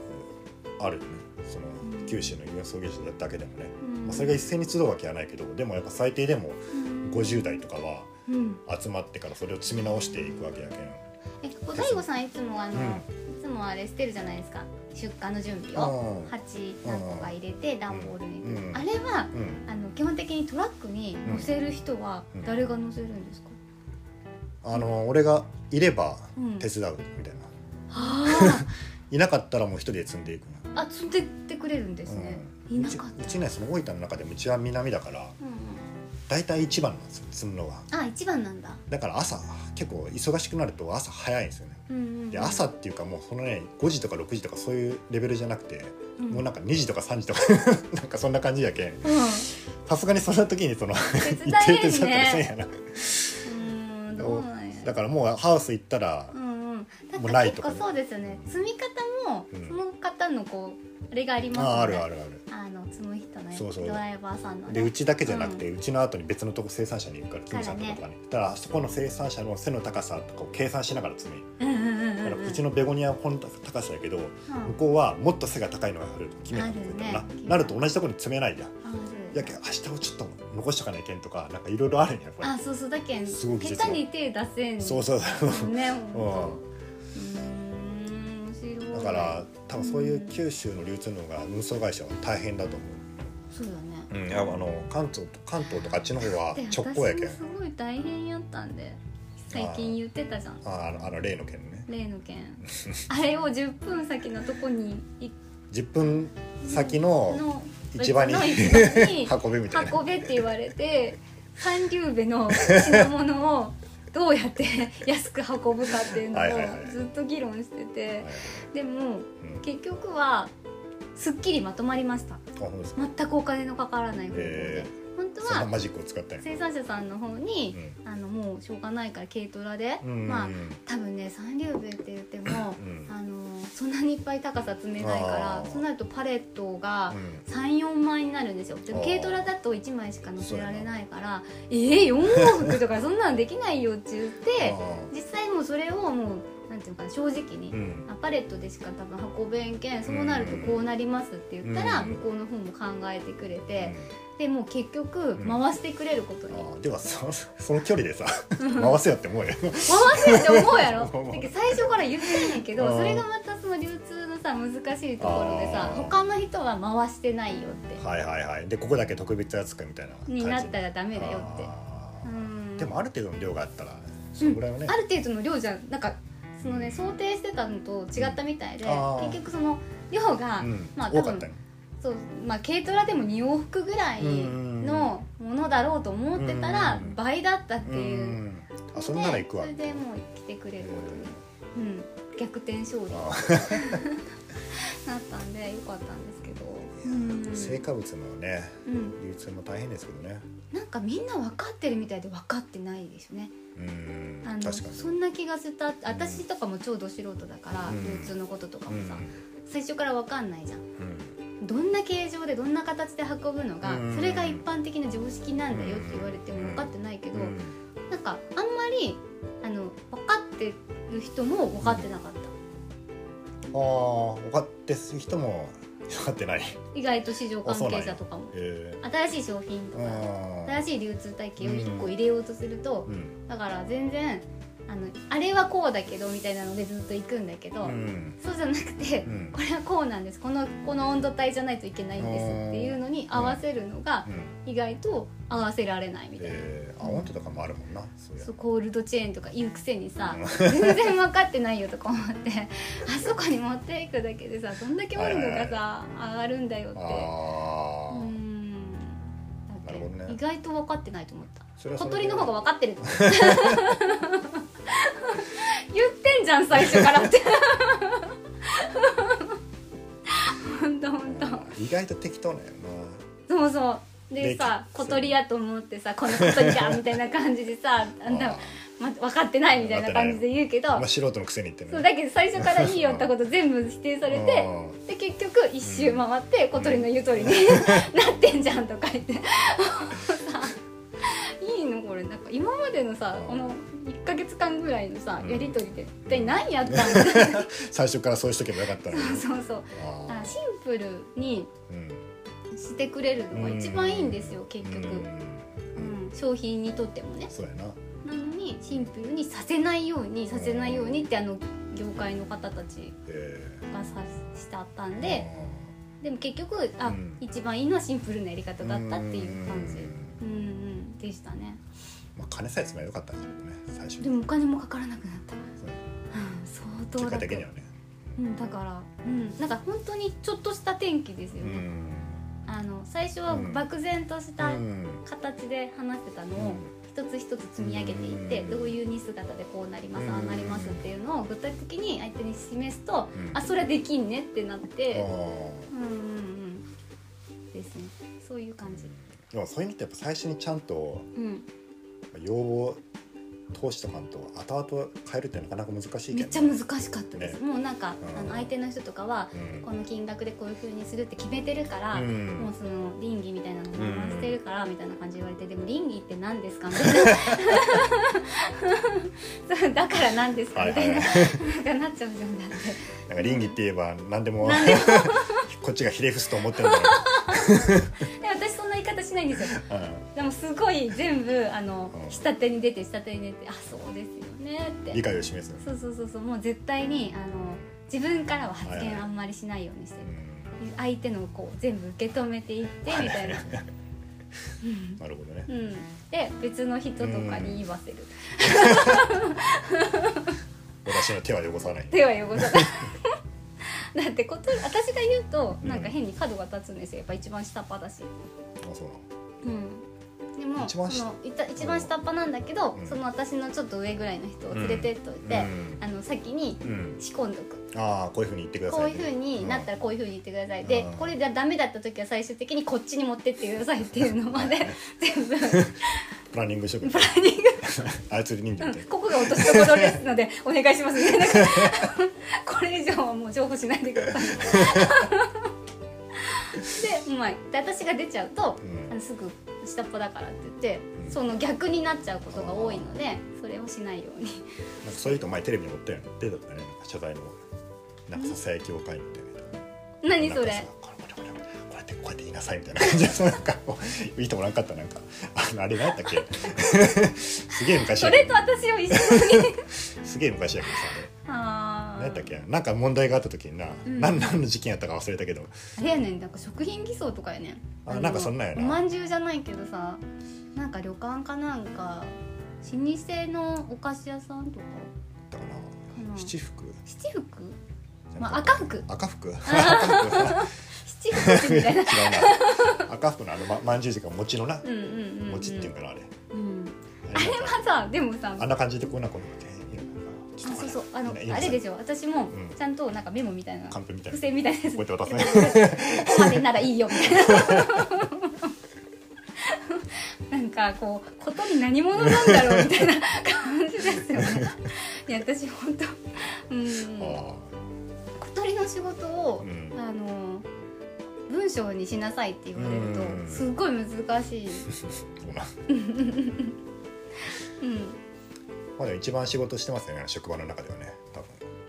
Speaker 1: あるよねその
Speaker 2: うん
Speaker 1: 九州の運送業者だけでもね、
Speaker 2: うん
Speaker 1: まあ、それが一斉に集うわけはないけどでもやっぱ最低でも
Speaker 2: うん
Speaker 1: 50代とかは
Speaker 2: うん
Speaker 1: 集まってからそれを積み直していくわけやけん
Speaker 2: こう大悟さんいつもあの、
Speaker 1: うん
Speaker 2: いつもあれ捨てるじゃないですか出荷の準備を
Speaker 1: うん
Speaker 2: 鉢何個か入れて段ボールに、
Speaker 1: うん
Speaker 2: あれは
Speaker 1: うん
Speaker 2: あの基本的にトラックに乗せる人は
Speaker 1: うん
Speaker 2: 誰が乗せるんですか、
Speaker 1: あの俺がいれば
Speaker 2: うん
Speaker 1: 手伝うみたいな、
Speaker 2: あ
Speaker 1: いなかったらもう一人で積んでいくね
Speaker 2: ああ積んでってくれるんですね、いな
Speaker 1: うち
Speaker 2: かっ
Speaker 1: う
Speaker 2: た
Speaker 1: ちねその大分の中でもうちは南だから
Speaker 2: うん
Speaker 1: 大体一番なんですよ積むのは
Speaker 2: うん、あ一番なんだ、
Speaker 1: だから朝結構忙しくなると朝早いんですよね
Speaker 2: うんうんうん、
Speaker 1: で朝っていうかもうそのね5時とか6時とかそういうレベルじゃなくて、もうなんか2時とか3時とか なんかそんな感じやけん
Speaker 2: うん、うん
Speaker 1: さすがにそんな時にその
Speaker 2: 手
Speaker 1: 行
Speaker 2: 伝える
Speaker 1: 手伝ったりせ
Speaker 2: ね
Speaker 1: んやな
Speaker 2: うんどうなんや
Speaker 1: だからもうハウス行ったら
Speaker 2: うんうん、だ
Speaker 1: もう
Speaker 2: か
Speaker 1: な
Speaker 2: ら
Speaker 1: いと
Speaker 2: 結
Speaker 1: か
Speaker 2: 構
Speaker 1: ね
Speaker 2: そうですよね積み方も
Speaker 1: うん
Speaker 2: その方のこうあれがありますよね
Speaker 1: ああるあるある
Speaker 2: あの積む人のね
Speaker 1: そうそう
Speaker 2: ドライバーさんのね
Speaker 1: でうちだけじゃなくて、うちの後に別のとこ生産者に行くから勤務さんと
Speaker 2: そう
Speaker 1: こ
Speaker 2: だ
Speaker 1: とかねだからそこの生産者の背の高さとかを計算しながら積み
Speaker 2: うんうんうん
Speaker 1: だか
Speaker 2: う
Speaker 1: ら
Speaker 2: んうん
Speaker 1: うちのベゴニアはこの高さやけど向
Speaker 2: うん
Speaker 1: こうはもっと背が高いのがある決めたとこ行ったら
Speaker 2: あ
Speaker 1: な
Speaker 2: るね
Speaker 1: なると同じとこに積めないじゃん
Speaker 2: ある
Speaker 1: やけん明日をちょっと残しとかないけんとかなんかいろいろあるんやこれ
Speaker 2: あそうそうだけん
Speaker 1: すごい技術
Speaker 2: 下手に手出せん
Speaker 1: そうそうそう
Speaker 2: うね
Speaker 1: ん
Speaker 2: ほんとうーん面白い
Speaker 1: だから多分そういう九州の流通の方が運送会社は大変だと思
Speaker 2: そうだね
Speaker 1: う、うん、いやあの関東と関東とかあっちの方は
Speaker 2: で
Speaker 1: 直行やけん
Speaker 2: 私もすごい大変やったんで最近言ってたじゃん
Speaker 1: ああのあの例の件ね
Speaker 2: 例の件あれを10分先のとこに行
Speaker 1: 10分先の
Speaker 2: の
Speaker 1: 市場に
Speaker 2: 別の市場に
Speaker 1: 運べみたいな
Speaker 2: 運べって言われて三流部の品物をどうやって 安く運ぶかっていうの
Speaker 1: はいはいはい
Speaker 2: をずっと議論してて
Speaker 1: はい
Speaker 2: でも
Speaker 1: うん
Speaker 2: 結局はすっきりまとまりました
Speaker 1: あほんとですか
Speaker 2: 全くお金のかからない方法で
Speaker 1: へ
Speaker 2: 本当
Speaker 1: そんな
Speaker 2: は
Speaker 1: マジックを使ったんや
Speaker 2: 生産者さんの方に
Speaker 1: う
Speaker 2: あのもうしょうがないから軽トラで
Speaker 1: んうん
Speaker 2: まあ多分ね三流部って言っても
Speaker 1: うん
Speaker 2: あのそんなにいっぱい高さ積めないから
Speaker 1: あー
Speaker 2: そうなるとパレットが
Speaker 1: うん
Speaker 2: 34枚になるんですよで
Speaker 1: あー
Speaker 2: 軽トラだと1枚しか乗せられないからえー、4往復とかそんなんできないよって言っ
Speaker 1: あ
Speaker 2: て
Speaker 1: ー
Speaker 2: 実際もうそれをもうなんていうのかな正直に、
Speaker 1: うん
Speaker 2: あパレットでしか多分運べんけんそうなるとこうなりますって言ったら
Speaker 1: うん
Speaker 2: 向こうの方も考えてくれて
Speaker 1: うん
Speaker 2: でもう結局
Speaker 1: うん
Speaker 2: 回してくれることに
Speaker 1: あーではそ その距離で さ回せよって思うよ
Speaker 2: 回せよって思うやろ
Speaker 1: 思う
Speaker 2: だけど最初から言ってんやけど
Speaker 1: あー
Speaker 2: それがまたその流通のさ難しいところでさ
Speaker 1: あー
Speaker 2: 他の人は回してないよって
Speaker 1: はいはいはいでここだけ特別扱いみたいな感じ
Speaker 2: になったらダメだよって。
Speaker 1: あ
Speaker 2: う
Speaker 1: ー
Speaker 2: ん
Speaker 1: でもある程度の量があったらそのぐらいはね、
Speaker 2: ある程度の量じゃなんかそのね想定してたのと違ったみたいで
Speaker 1: あー
Speaker 2: 結局その量が、
Speaker 1: うん
Speaker 2: まあ多
Speaker 1: 多かっ
Speaker 2: 分
Speaker 1: たね
Speaker 2: そう、まあ、軽トラでも2往復ぐらいのものだろうと思ってたら
Speaker 1: うん
Speaker 2: 倍だったっ
Speaker 1: う
Speaker 2: ていうん
Speaker 1: あそれなら行くわ
Speaker 2: でそれでもう来てくれることに、うん、逆転勝利に
Speaker 1: あ
Speaker 2: なったんでよかったんですけど、うん
Speaker 1: ー成果物のね
Speaker 2: うん、
Speaker 1: 流通も大変ですけどね
Speaker 2: なんかみんな分かってるみたいで分かってないですね
Speaker 1: うん
Speaker 2: あの
Speaker 1: 確かに
Speaker 2: そんな気がした私とかも超ど素人だから、
Speaker 1: うん
Speaker 2: 流通のこととか
Speaker 1: うん
Speaker 2: もさ、最初から分かんないじゃん
Speaker 1: うん
Speaker 2: どんな形状でどんな形で運ぶのが、
Speaker 1: うん
Speaker 2: それが一般的な常識なんだよって言われて
Speaker 1: うん
Speaker 2: も分かってないけど、
Speaker 1: うん
Speaker 2: なんかあんまりあの分かってる人も分かってなかった、
Speaker 1: ああ分かってす人も分かってない
Speaker 2: 意外と市場関係者とかも
Speaker 1: え
Speaker 2: 新しい商品と
Speaker 1: ー、
Speaker 2: か
Speaker 1: あー
Speaker 2: 新しい流通体系を1個入れようとすると、
Speaker 1: うん
Speaker 2: だから全然あのあれはこうだけどみたいなのでずっと行くんだけど、
Speaker 1: うん
Speaker 2: そうじゃなくて、
Speaker 1: うん
Speaker 2: これはこうなんですこのこの温度帯じゃないといけないんですっていうのに合わせるのが
Speaker 1: うん
Speaker 2: 意外と合わせられないみたいな、
Speaker 1: えー、あ温度とかもあるもんなそういや
Speaker 2: そうコールドチェーンとか言うくせにさ、
Speaker 1: うん
Speaker 2: 全然分かってないよとか思ってあそこに持っていくだけでさどんだけ温度がさ上がるんだよって
Speaker 1: あ
Speaker 2: う
Speaker 1: あ、
Speaker 2: ーんだ
Speaker 1: なるほど
Speaker 2: って
Speaker 1: ね
Speaker 2: 意外と分かってないと思った。
Speaker 1: それは
Speaker 2: 小
Speaker 1: それで
Speaker 2: 鳥の方が分かってると思う言ってんじゃん最初から って本当本当
Speaker 1: 意外と適当なんや
Speaker 2: そうそうでさ
Speaker 1: で
Speaker 2: 小鳥やと思ってさこの小鳥かみたいな感じで さあん
Speaker 1: な
Speaker 2: な、ま、分かってないみたいな感じで言うけど
Speaker 1: あーまあ素人のくせに言ってね
Speaker 2: そうだけど最初からいいよったこと全部否定されて
Speaker 1: うん
Speaker 2: で結局一周回って小鳥の言う通りに なってんじゃんとか言って もうさいいのこれなんか今までのさ
Speaker 1: うん
Speaker 2: この1か月間ぐらいのさ
Speaker 1: うん
Speaker 2: やり取りで一体何や ったんだそう
Speaker 1: 最初からそうしとけばよかったのに
Speaker 2: そうそうだか
Speaker 1: あ
Speaker 2: らシンプルに
Speaker 1: ーうん
Speaker 2: してくれるのが一番いいんですよ結局、
Speaker 1: うん
Speaker 2: うん、商品にとってもね
Speaker 1: そうやな
Speaker 2: なのににシンプルにさせないようにさせないようにってあの業界の方たち
Speaker 1: え
Speaker 2: がさしてあったん
Speaker 1: ー
Speaker 2: ででも結局あ、
Speaker 1: うん
Speaker 2: 一番いいのはシンプルなやり方だったっていう感じ
Speaker 1: ん
Speaker 2: うんうんでしたね
Speaker 1: まあ金さえ積めばよかったんだけどね最初
Speaker 2: で
Speaker 1: に
Speaker 2: もお金もかからなくなった、
Speaker 1: そう
Speaker 2: うん、相当
Speaker 1: 結
Speaker 2: だ
Speaker 1: 果的にはね
Speaker 2: うん、だから、うん、なんか本当にちょっとした転機です
Speaker 1: う
Speaker 2: よね、
Speaker 1: ん
Speaker 2: あの最初は漠然とした
Speaker 1: うん
Speaker 2: 形で話してたのを一つ一つ積み上げていって、
Speaker 1: うん
Speaker 2: どういう似姿でこうなりま
Speaker 1: う
Speaker 2: す、
Speaker 1: ん
Speaker 2: ああなりますっていうのを具体的に相手に示すと、
Speaker 1: うん
Speaker 2: あそれできんねってなっ
Speaker 1: あ
Speaker 2: て、
Speaker 1: ー
Speaker 2: うんうんうんですねそういう感じ
Speaker 1: でもそういうのってやっぱ最初にちゃんと
Speaker 2: うん
Speaker 1: 要望投資とかんと後々変えるってなかなか難しいけど
Speaker 2: めっちゃ難しかったです、
Speaker 1: ね
Speaker 2: もうなんか、
Speaker 1: うん
Speaker 2: あの相手の人とかは
Speaker 1: うん
Speaker 2: この金額でこういう風にするって決めてるから、
Speaker 1: うん
Speaker 2: もうその倫理みたいなのを
Speaker 1: うん
Speaker 2: 回してるからみたいな感じで言われて、でも倫理って何で すかみたいなそうだから何ですか
Speaker 1: はいは
Speaker 2: みたい
Speaker 1: い
Speaker 2: な、
Speaker 1: はい
Speaker 2: なんかなっちゃうじゃんだって
Speaker 1: なんか倫理って言えば何でもこっちがひれ伏すと思ってるんだ
Speaker 2: で私そんな言い方しないんですよ
Speaker 1: けど、うん
Speaker 2: でもすごい全部あの
Speaker 1: うん
Speaker 2: 下手に出て下手に出てあそうですよねって
Speaker 1: 理解を示す、
Speaker 2: そうそうそうそうもう絶対にあの自分からは発
Speaker 1: はいは
Speaker 2: 言
Speaker 1: い
Speaker 2: あんまりしないようにして
Speaker 1: う
Speaker 2: る、
Speaker 1: ん、
Speaker 2: 相手のこう全部受け止めていってみたいな、
Speaker 1: なるほどね
Speaker 2: うんうん、で別の人とかに言わせる、
Speaker 1: 私の手は汚さない
Speaker 2: 手は汚さ ないだってこと私が言うとなんか
Speaker 1: うん
Speaker 2: 変に角が立つんですよやっぱ一番下っ端だし、
Speaker 1: あそうなの
Speaker 2: うん、でも
Speaker 1: 一番
Speaker 2: そ
Speaker 1: 下
Speaker 2: のいた一番下っ端なんだけど、
Speaker 1: うん
Speaker 2: その私のちょっと上ぐらいの人を連れてっといて、
Speaker 1: うん
Speaker 2: あの先に
Speaker 1: うん、
Speaker 2: 仕込んどく、
Speaker 1: ああこういうふうに言ってくだ
Speaker 2: こ
Speaker 1: さ
Speaker 2: う
Speaker 1: い
Speaker 2: いう風になったらこういう風に言ってください、で
Speaker 1: うん
Speaker 2: これじゃダメだった時は最終的にこっちに持ってってくださいっていうの まで全部
Speaker 1: プランニング職人
Speaker 2: プランニング
Speaker 1: 操り人
Speaker 2: う
Speaker 1: 形
Speaker 2: ん
Speaker 1: って、
Speaker 2: ここが落としどころですのでお願いします ねなんかこれ以上はもう譲歩しないでく ださいでうまいで私が出ちゃうと、
Speaker 1: うん
Speaker 2: あのすぐ下っ端だからって言って、
Speaker 1: うん
Speaker 2: その逆になっちゃうことが多いのでそれをしないように
Speaker 1: なんかそういう人前テレビに持ったよね出たんだねなんか謝罪のなんかささやきを書いてみたいな
Speaker 2: 何それ
Speaker 1: なんかさこれこれこれこれこうやってこうやって言いなさいみたいな感じでそうなんかもういいともらんかったなんかあのあれ何やったっけすげえ昔
Speaker 2: そ
Speaker 1: やけ
Speaker 2: れ
Speaker 1: ど
Speaker 2: と私を 一緒に
Speaker 1: すげえ昔やけどさあれ
Speaker 2: あー
Speaker 1: 何やったっけなんか問題があった時にな、
Speaker 2: うん
Speaker 1: なん、何の事件やったか忘れたけど
Speaker 2: あれやねんなんか食品偽装とかやねん
Speaker 1: あ
Speaker 2: の
Speaker 1: なんかそんなんやな
Speaker 2: おまんじゅうじゃないけどさなんか旅館かなんか老舗のお菓子屋さんとか
Speaker 1: だから
Speaker 2: かな
Speaker 1: 七福
Speaker 2: 七福まあ
Speaker 1: なんか
Speaker 2: 赤福
Speaker 1: 赤福赤
Speaker 2: 七福って
Speaker 1: 福
Speaker 2: み
Speaker 1: 違う
Speaker 2: た いな
Speaker 1: な赤福のあのままんじゅう時間餅のな
Speaker 2: うんうんうん、うん、
Speaker 1: 餅っていうからあれ
Speaker 2: うん、
Speaker 1: あ
Speaker 2: あれ
Speaker 1: なんか
Speaker 2: はさでもさ
Speaker 1: あん
Speaker 2: あ
Speaker 1: な感じでこうなんかこうやってやるのかなちょっと
Speaker 2: そうそうあの
Speaker 1: ね今
Speaker 2: あれですよ私も
Speaker 1: うん
Speaker 2: ちゃんとなんかメモみたいな
Speaker 1: カンペみたい
Speaker 2: 付
Speaker 1: な
Speaker 2: 箋みたいなやつ
Speaker 1: こうやって渡すね
Speaker 2: ここまでならいいよみたい ななんかこうことに何者なんだろうみたいな感じですよねいや私本当うん
Speaker 1: あ
Speaker 2: 小鳥の仕事
Speaker 1: あう、
Speaker 2: を
Speaker 1: ん
Speaker 2: あの文章にしなさいって言われると
Speaker 1: うん
Speaker 2: すごい難しい、
Speaker 1: そうな
Speaker 2: うん、
Speaker 1: まあでも一番仕事してますよね職場の中ではね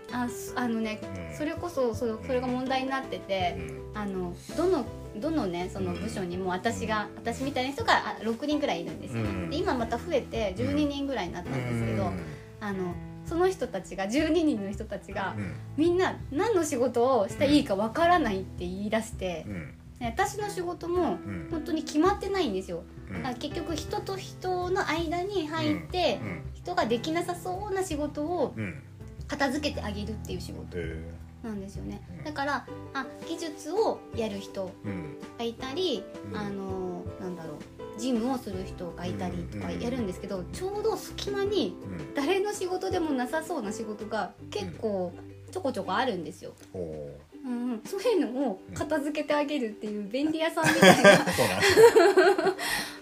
Speaker 1: 多
Speaker 2: あすあのね
Speaker 1: 分、うん、
Speaker 2: それこそそれそれが問題になって
Speaker 1: う
Speaker 2: て
Speaker 1: ん
Speaker 2: あのどのどのねその部署にも私が私みたいな人があ6人ぐらいいるんですよ、
Speaker 1: うん
Speaker 2: で今また増えて12人ぐらいになったんですけ
Speaker 1: う
Speaker 2: ど、
Speaker 1: ん
Speaker 2: あのその人たちが12人の人たちが
Speaker 1: うん
Speaker 2: みんな何の仕事をしていいかわからないって言い出して
Speaker 1: うん
Speaker 2: で私の仕事も
Speaker 1: うん
Speaker 2: 本当に決まってないんですよ。
Speaker 1: うん
Speaker 2: あ結局人と人の間に入って
Speaker 1: うん
Speaker 2: 人ができなさそうな仕事を
Speaker 1: うん
Speaker 2: 片付けてあげるっていう仕事
Speaker 1: で
Speaker 2: なんですよね、
Speaker 1: うん
Speaker 2: だからあ技術をやる人
Speaker 1: うん
Speaker 2: がいたり、
Speaker 1: うん
Speaker 2: あのなんだろう事務をする人がいたりとか
Speaker 1: うん
Speaker 2: やるんですけど、ちょうど隙間に
Speaker 1: うん
Speaker 2: 誰の仕事でもなさそうな仕事が結構ちょこちょこあるんですよ。
Speaker 1: おお
Speaker 2: うんうん、そういうのを片付けてあげるっていう便利屋さんみた いな
Speaker 1: そうなん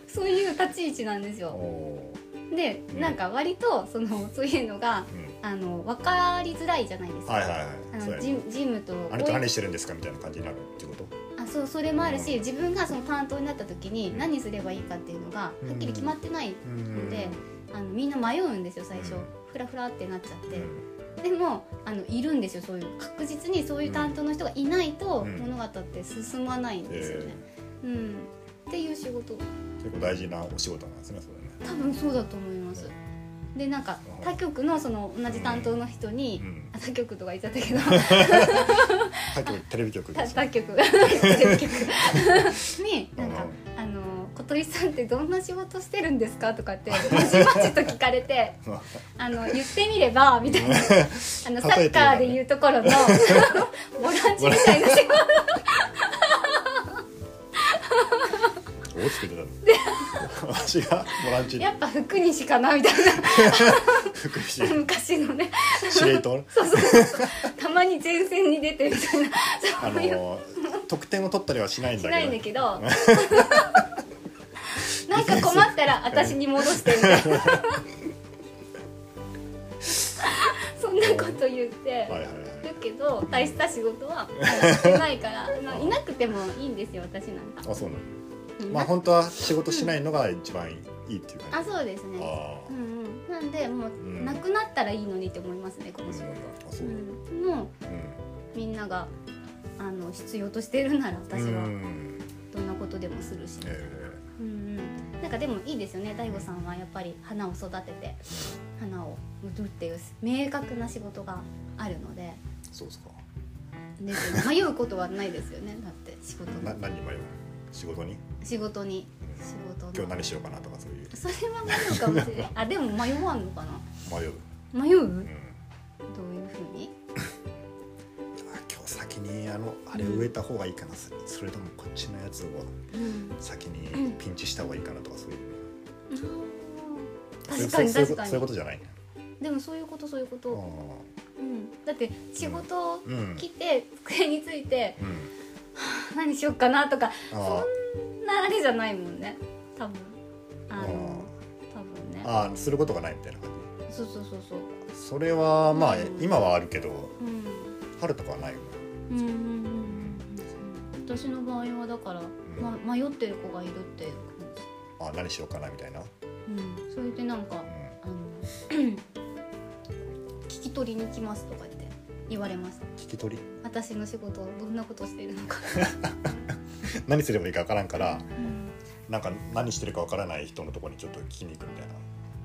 Speaker 2: そういう立ち位置なんですよ。
Speaker 1: お
Speaker 2: で
Speaker 1: うん
Speaker 2: なんか割とそのそういうのが
Speaker 1: うん
Speaker 2: あの分かりづらいじゃないですか。
Speaker 1: はいはい
Speaker 2: あ
Speaker 1: はいそう
Speaker 2: の
Speaker 1: や
Speaker 2: ジ
Speaker 1: ね
Speaker 2: ムジムと
Speaker 1: あなた何してるんですかみたいな感じになるってこと
Speaker 2: あそうそれもあるし、
Speaker 1: うん
Speaker 2: 自分がその担当になった時に
Speaker 1: うん
Speaker 2: 何すればいいかっていうのがはっきり決まってない、
Speaker 1: うん
Speaker 2: であのみんな迷うんですよ最初、
Speaker 1: うん
Speaker 2: フラフラってなっちゃっ
Speaker 1: う
Speaker 2: て、
Speaker 1: ん
Speaker 2: でもあのいるんですよそういう確実にそういう担当の人がいないと
Speaker 1: うん
Speaker 2: 物語って進まないんですよね、うんっていう仕事
Speaker 1: 結構大事なお仕事なんですねそれね
Speaker 2: 多分そうだと思いますでなんか他局のその同じ担当の人に、
Speaker 1: うん
Speaker 2: あ他局とか言っちゃったけど
Speaker 1: はいとテレビ局で
Speaker 2: 他
Speaker 1: す
Speaker 2: 他局他局 に
Speaker 1: う
Speaker 2: なんんか「あの小鳥さんってどんな仕事してるんですか?」とかってまじまじと聞かれて 「あの言ってみれば」みたいなあのサッカーでいうところのボランチみたいな仕事
Speaker 1: 大きく出たの私がボランチに
Speaker 2: やっぱ福西かなみたい
Speaker 1: 福祉
Speaker 2: な昔のね
Speaker 1: 司令塔
Speaker 2: そうそうそうそうたまに前線に出てみたいな
Speaker 1: あ
Speaker 2: そういう
Speaker 1: の得点を取ったりはしないん
Speaker 2: し
Speaker 1: だ
Speaker 2: ないん
Speaker 1: け
Speaker 2: だ
Speaker 1: ど
Speaker 2: け どなんか困ったら私に戻してみたいなそんなこと言って
Speaker 1: はいはいはい
Speaker 2: るけど大した仕事はもうしてないからまあいなくてもいいんですよ私なんか
Speaker 1: あそうなの
Speaker 2: うん
Speaker 1: まあ本当は仕事しないのが一番いいっていう
Speaker 2: あ
Speaker 1: 感じ
Speaker 2: そうです
Speaker 1: あ
Speaker 2: ね
Speaker 1: あ
Speaker 2: うんうんなんでもうんなくなったらいいのにって思いますねこ
Speaker 1: うん
Speaker 2: の仕事、、
Speaker 1: あそうううん
Speaker 2: もうみんながあの必要としてるなら私
Speaker 1: んう
Speaker 2: は
Speaker 1: ん
Speaker 2: どんなことでもするし、
Speaker 1: え
Speaker 2: うんうん、なんかでもいいですよね大悟さんはやっぱり花を育てて花を売るっていう明確な仕事があるので
Speaker 1: えそうですか
Speaker 2: ですよね 迷うことはないですよねだって仕事
Speaker 1: な
Speaker 2: の
Speaker 1: 何に迷う仕事に
Speaker 2: 仕事に
Speaker 1: うん
Speaker 2: 仕事
Speaker 1: 今日
Speaker 2: の
Speaker 1: 何しようかなとかそういう
Speaker 2: それは迷うかもし れないあでも迷わんのかな
Speaker 1: 迷う
Speaker 2: 迷う
Speaker 1: うん
Speaker 2: どういうふうに
Speaker 1: あ今日先にあのあれ植えた方がいいかなそれそれともこっちのやつを
Speaker 2: うん
Speaker 1: 先にピンチした方がいいかなとかそういう
Speaker 2: 確かに
Speaker 1: そういう
Speaker 2: 確
Speaker 1: そう
Speaker 2: か
Speaker 1: いうそういうこ
Speaker 2: に
Speaker 1: とじゃないね
Speaker 2: でもそういうことそういうこ
Speaker 1: あ
Speaker 2: と、うん、だって仕事を
Speaker 1: ーうん
Speaker 2: 来て机について
Speaker 1: うん
Speaker 2: 何しよっかなとか
Speaker 1: あ
Speaker 2: なあれじゃないもんね多分あ
Speaker 1: あ
Speaker 2: の多分ね
Speaker 1: ーあーすることがないみたいな感
Speaker 2: そうそうそうそう
Speaker 1: じそれはまあ
Speaker 2: うん
Speaker 1: 今はあるけど
Speaker 2: うん
Speaker 1: 春とかはないよ
Speaker 2: うんうんうんうんうん私の場合はだから、ま、迷ってる子がいるっていう
Speaker 1: あ何しようかなみたいな、
Speaker 2: 感じ、うん、それでなんか
Speaker 1: うん、
Speaker 2: あの 聞き取りに来ますとか言って言われました
Speaker 1: 聞き取り
Speaker 2: 私の仕事どんなことしてるのか、
Speaker 1: 何すればいいか分からんからなんか何してるか分からない人のところにちょっと聞きに行くみたいな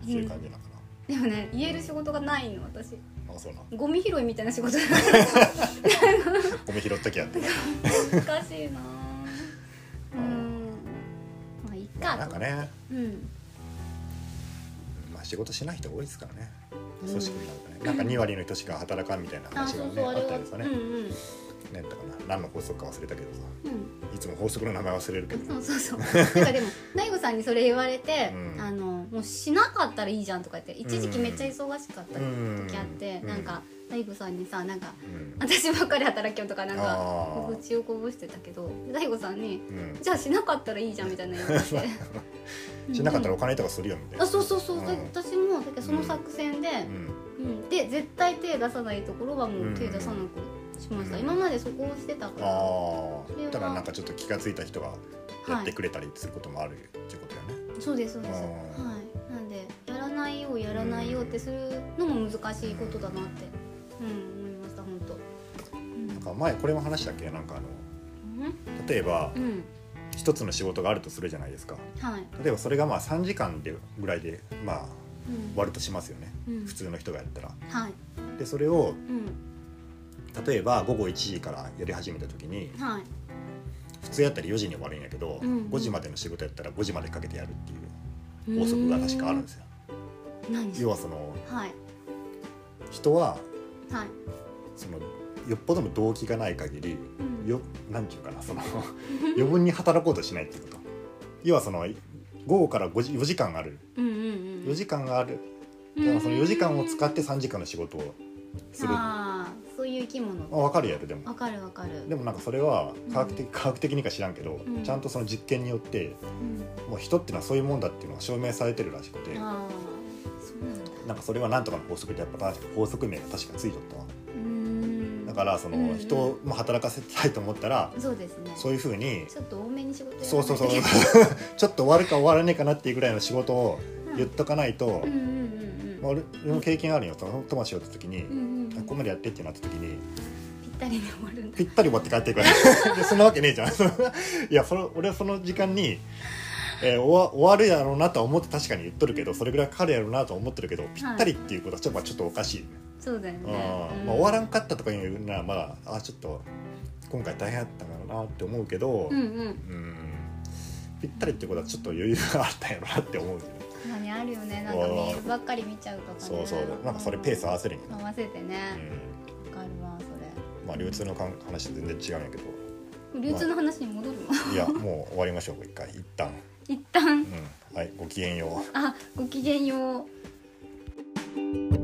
Speaker 1: そういう感じなのか
Speaker 2: でもね言える仕事がないの私
Speaker 1: な、あそうな
Speaker 2: ゴミ拾いみたいな仕事
Speaker 1: ゴミ拾っときやって
Speaker 2: 難しいなぁうんまあいい
Speaker 1: ま
Speaker 2: か
Speaker 1: あなんかね、
Speaker 2: うん
Speaker 1: まあ、仕事しない人多いですからね
Speaker 2: うん
Speaker 1: 組織なんかね、なんか2割の人しか働かんみたいな
Speaker 2: あ
Speaker 1: 話が
Speaker 2: そ
Speaker 1: ね
Speaker 2: うそう
Speaker 1: あ
Speaker 2: あれ
Speaker 1: った
Speaker 2: は
Speaker 1: んですよね、
Speaker 2: うん
Speaker 1: ね
Speaker 2: う
Speaker 1: だ
Speaker 2: ん
Speaker 1: から何の法則か忘れたけどさ
Speaker 2: う
Speaker 1: いつも法則の名前忘れるけど、
Speaker 2: ん、そう そうそうなんかでも大悟さんにそれ言われて、
Speaker 1: うん
Speaker 2: あのもうしなかったらいいじゃんとか言って一時期めっちゃ忙しかった時あって、
Speaker 1: うん
Speaker 2: なんか大悟さんにさなんか
Speaker 1: うん
Speaker 2: 私ばっかり働きよとかなんか
Speaker 1: あ
Speaker 2: 愚痴をこぼしてたけど大悟さんに
Speaker 1: ーうん
Speaker 2: 「じゃあしなかったらいいじゃん」みたいな言われて
Speaker 1: しなかったら
Speaker 2: う
Speaker 1: お
Speaker 2: ん
Speaker 1: 金とかするよみたいな
Speaker 2: あそうそうそう、
Speaker 1: うん
Speaker 2: で私もだけどその作戦で、
Speaker 1: うん
Speaker 2: うんで絶対手出さないところはもう手出さなくしました、
Speaker 1: うん
Speaker 2: 今までそこをしてたから
Speaker 1: あ
Speaker 2: それ
Speaker 1: あ
Speaker 2: は
Speaker 1: だからなんかちょっと気が付いた人がやってくれたりすることもあるっていうことよね、
Speaker 2: そうですそうで
Speaker 1: あー
Speaker 2: す、はい、なんでやらないようやらないようってするのも難しいことだなって、うん、思いました本当。うん
Speaker 1: なんか前これも話したっけなんかあの例えば
Speaker 2: うん、うん、
Speaker 1: 一つの仕事があるとするじゃないですか
Speaker 2: はい、
Speaker 1: 例えばそれがまあ3時間でぐらいでまあ
Speaker 2: うん、
Speaker 1: 割るとしますよね
Speaker 2: うん
Speaker 1: 普、通の人がやったら
Speaker 2: はい、
Speaker 1: でそれを
Speaker 2: うん、
Speaker 1: 例えば午後1時からやり始めた時に
Speaker 2: はい、
Speaker 1: 普通やったら4時に終わるんやけど、
Speaker 2: うん
Speaker 1: 5時までの仕事やったら5時までかけてやるっていう法則が確かあるんですよ
Speaker 2: うーん。何です
Speaker 1: 要はその
Speaker 2: はい、
Speaker 1: 人は
Speaker 2: はい、
Speaker 1: そのよっぽどの動機がない限り
Speaker 2: うん
Speaker 1: よなんていうかなその余分に働こうとしないっていうこと要はその午後から5時4時間ある
Speaker 2: うんうんうん、
Speaker 1: 4時間があるだからその4時間を使って3時間の仕事をするあ
Speaker 2: ああ、そういう生き物。
Speaker 1: 分かるやろでも
Speaker 2: わかるわかる。
Speaker 1: でもなんかそれは科学的,、科学的にか知らんけど、
Speaker 2: うん
Speaker 1: ちゃんとその実験によってもう人っていうのはそういうもんだっていうのが証明されてるらしくて
Speaker 2: うん、ああ、そうなんだ。
Speaker 1: なんかそれはなんとかの法則でやっぱ法則名が確かついとったわ
Speaker 2: うーん。
Speaker 1: だからそ
Speaker 2: うんう
Speaker 1: の
Speaker 2: ん
Speaker 1: 人をまあ働かせたいと思ったら、
Speaker 2: そうですね。
Speaker 1: そういうふうに
Speaker 2: ちょっと多めに仕事やらない
Speaker 1: そうそうそう
Speaker 2: といけない
Speaker 1: ちょっと終わるか終わらないかなっていうぐらいの仕事を言っとかないと
Speaker 2: うん、うんうん
Speaker 1: まあ、俺の経験あるよその友達をやった時に、
Speaker 2: うんうんうん
Speaker 1: あ
Speaker 2: うん
Speaker 1: ここまでやってってなった時に
Speaker 2: ぴったりで終わるんだ
Speaker 1: ぴったり終わって帰ってくるでそんなわけねえじゃんいやその俺はその時間にえー終わ終わるやろうなとは思って確かに言っとるけどそれぐらいかかるやろうなとは思ってるけどぴったりっていうことはちょっと,、まあ、ちょっとおかしいね、
Speaker 2: そうだよ
Speaker 1: うん
Speaker 2: ね、うん
Speaker 1: まあ、終わらんかったとかいうならまだあちょっと今回大変だったんだろうなって思うけど、
Speaker 2: うん
Speaker 1: う
Speaker 2: うん
Speaker 1: んぴったりってことはちょっと余裕があったんやろなって 思うけど、
Speaker 2: まあねあるよねなんかメールばっかり見ちゃうとかね
Speaker 1: そうそうなんかそれペース合わせるんやな、
Speaker 2: 合わせて
Speaker 1: う
Speaker 2: ね
Speaker 1: ん
Speaker 2: わ、かるわそ
Speaker 1: まあ流通のかん話全然違うんやけど
Speaker 2: れ流通の話に戻るの
Speaker 1: いやもう終わりましょう一回一旦、
Speaker 2: 一
Speaker 1: う
Speaker 2: 旦
Speaker 1: ん、はいごきげんよう
Speaker 2: あごきげんよう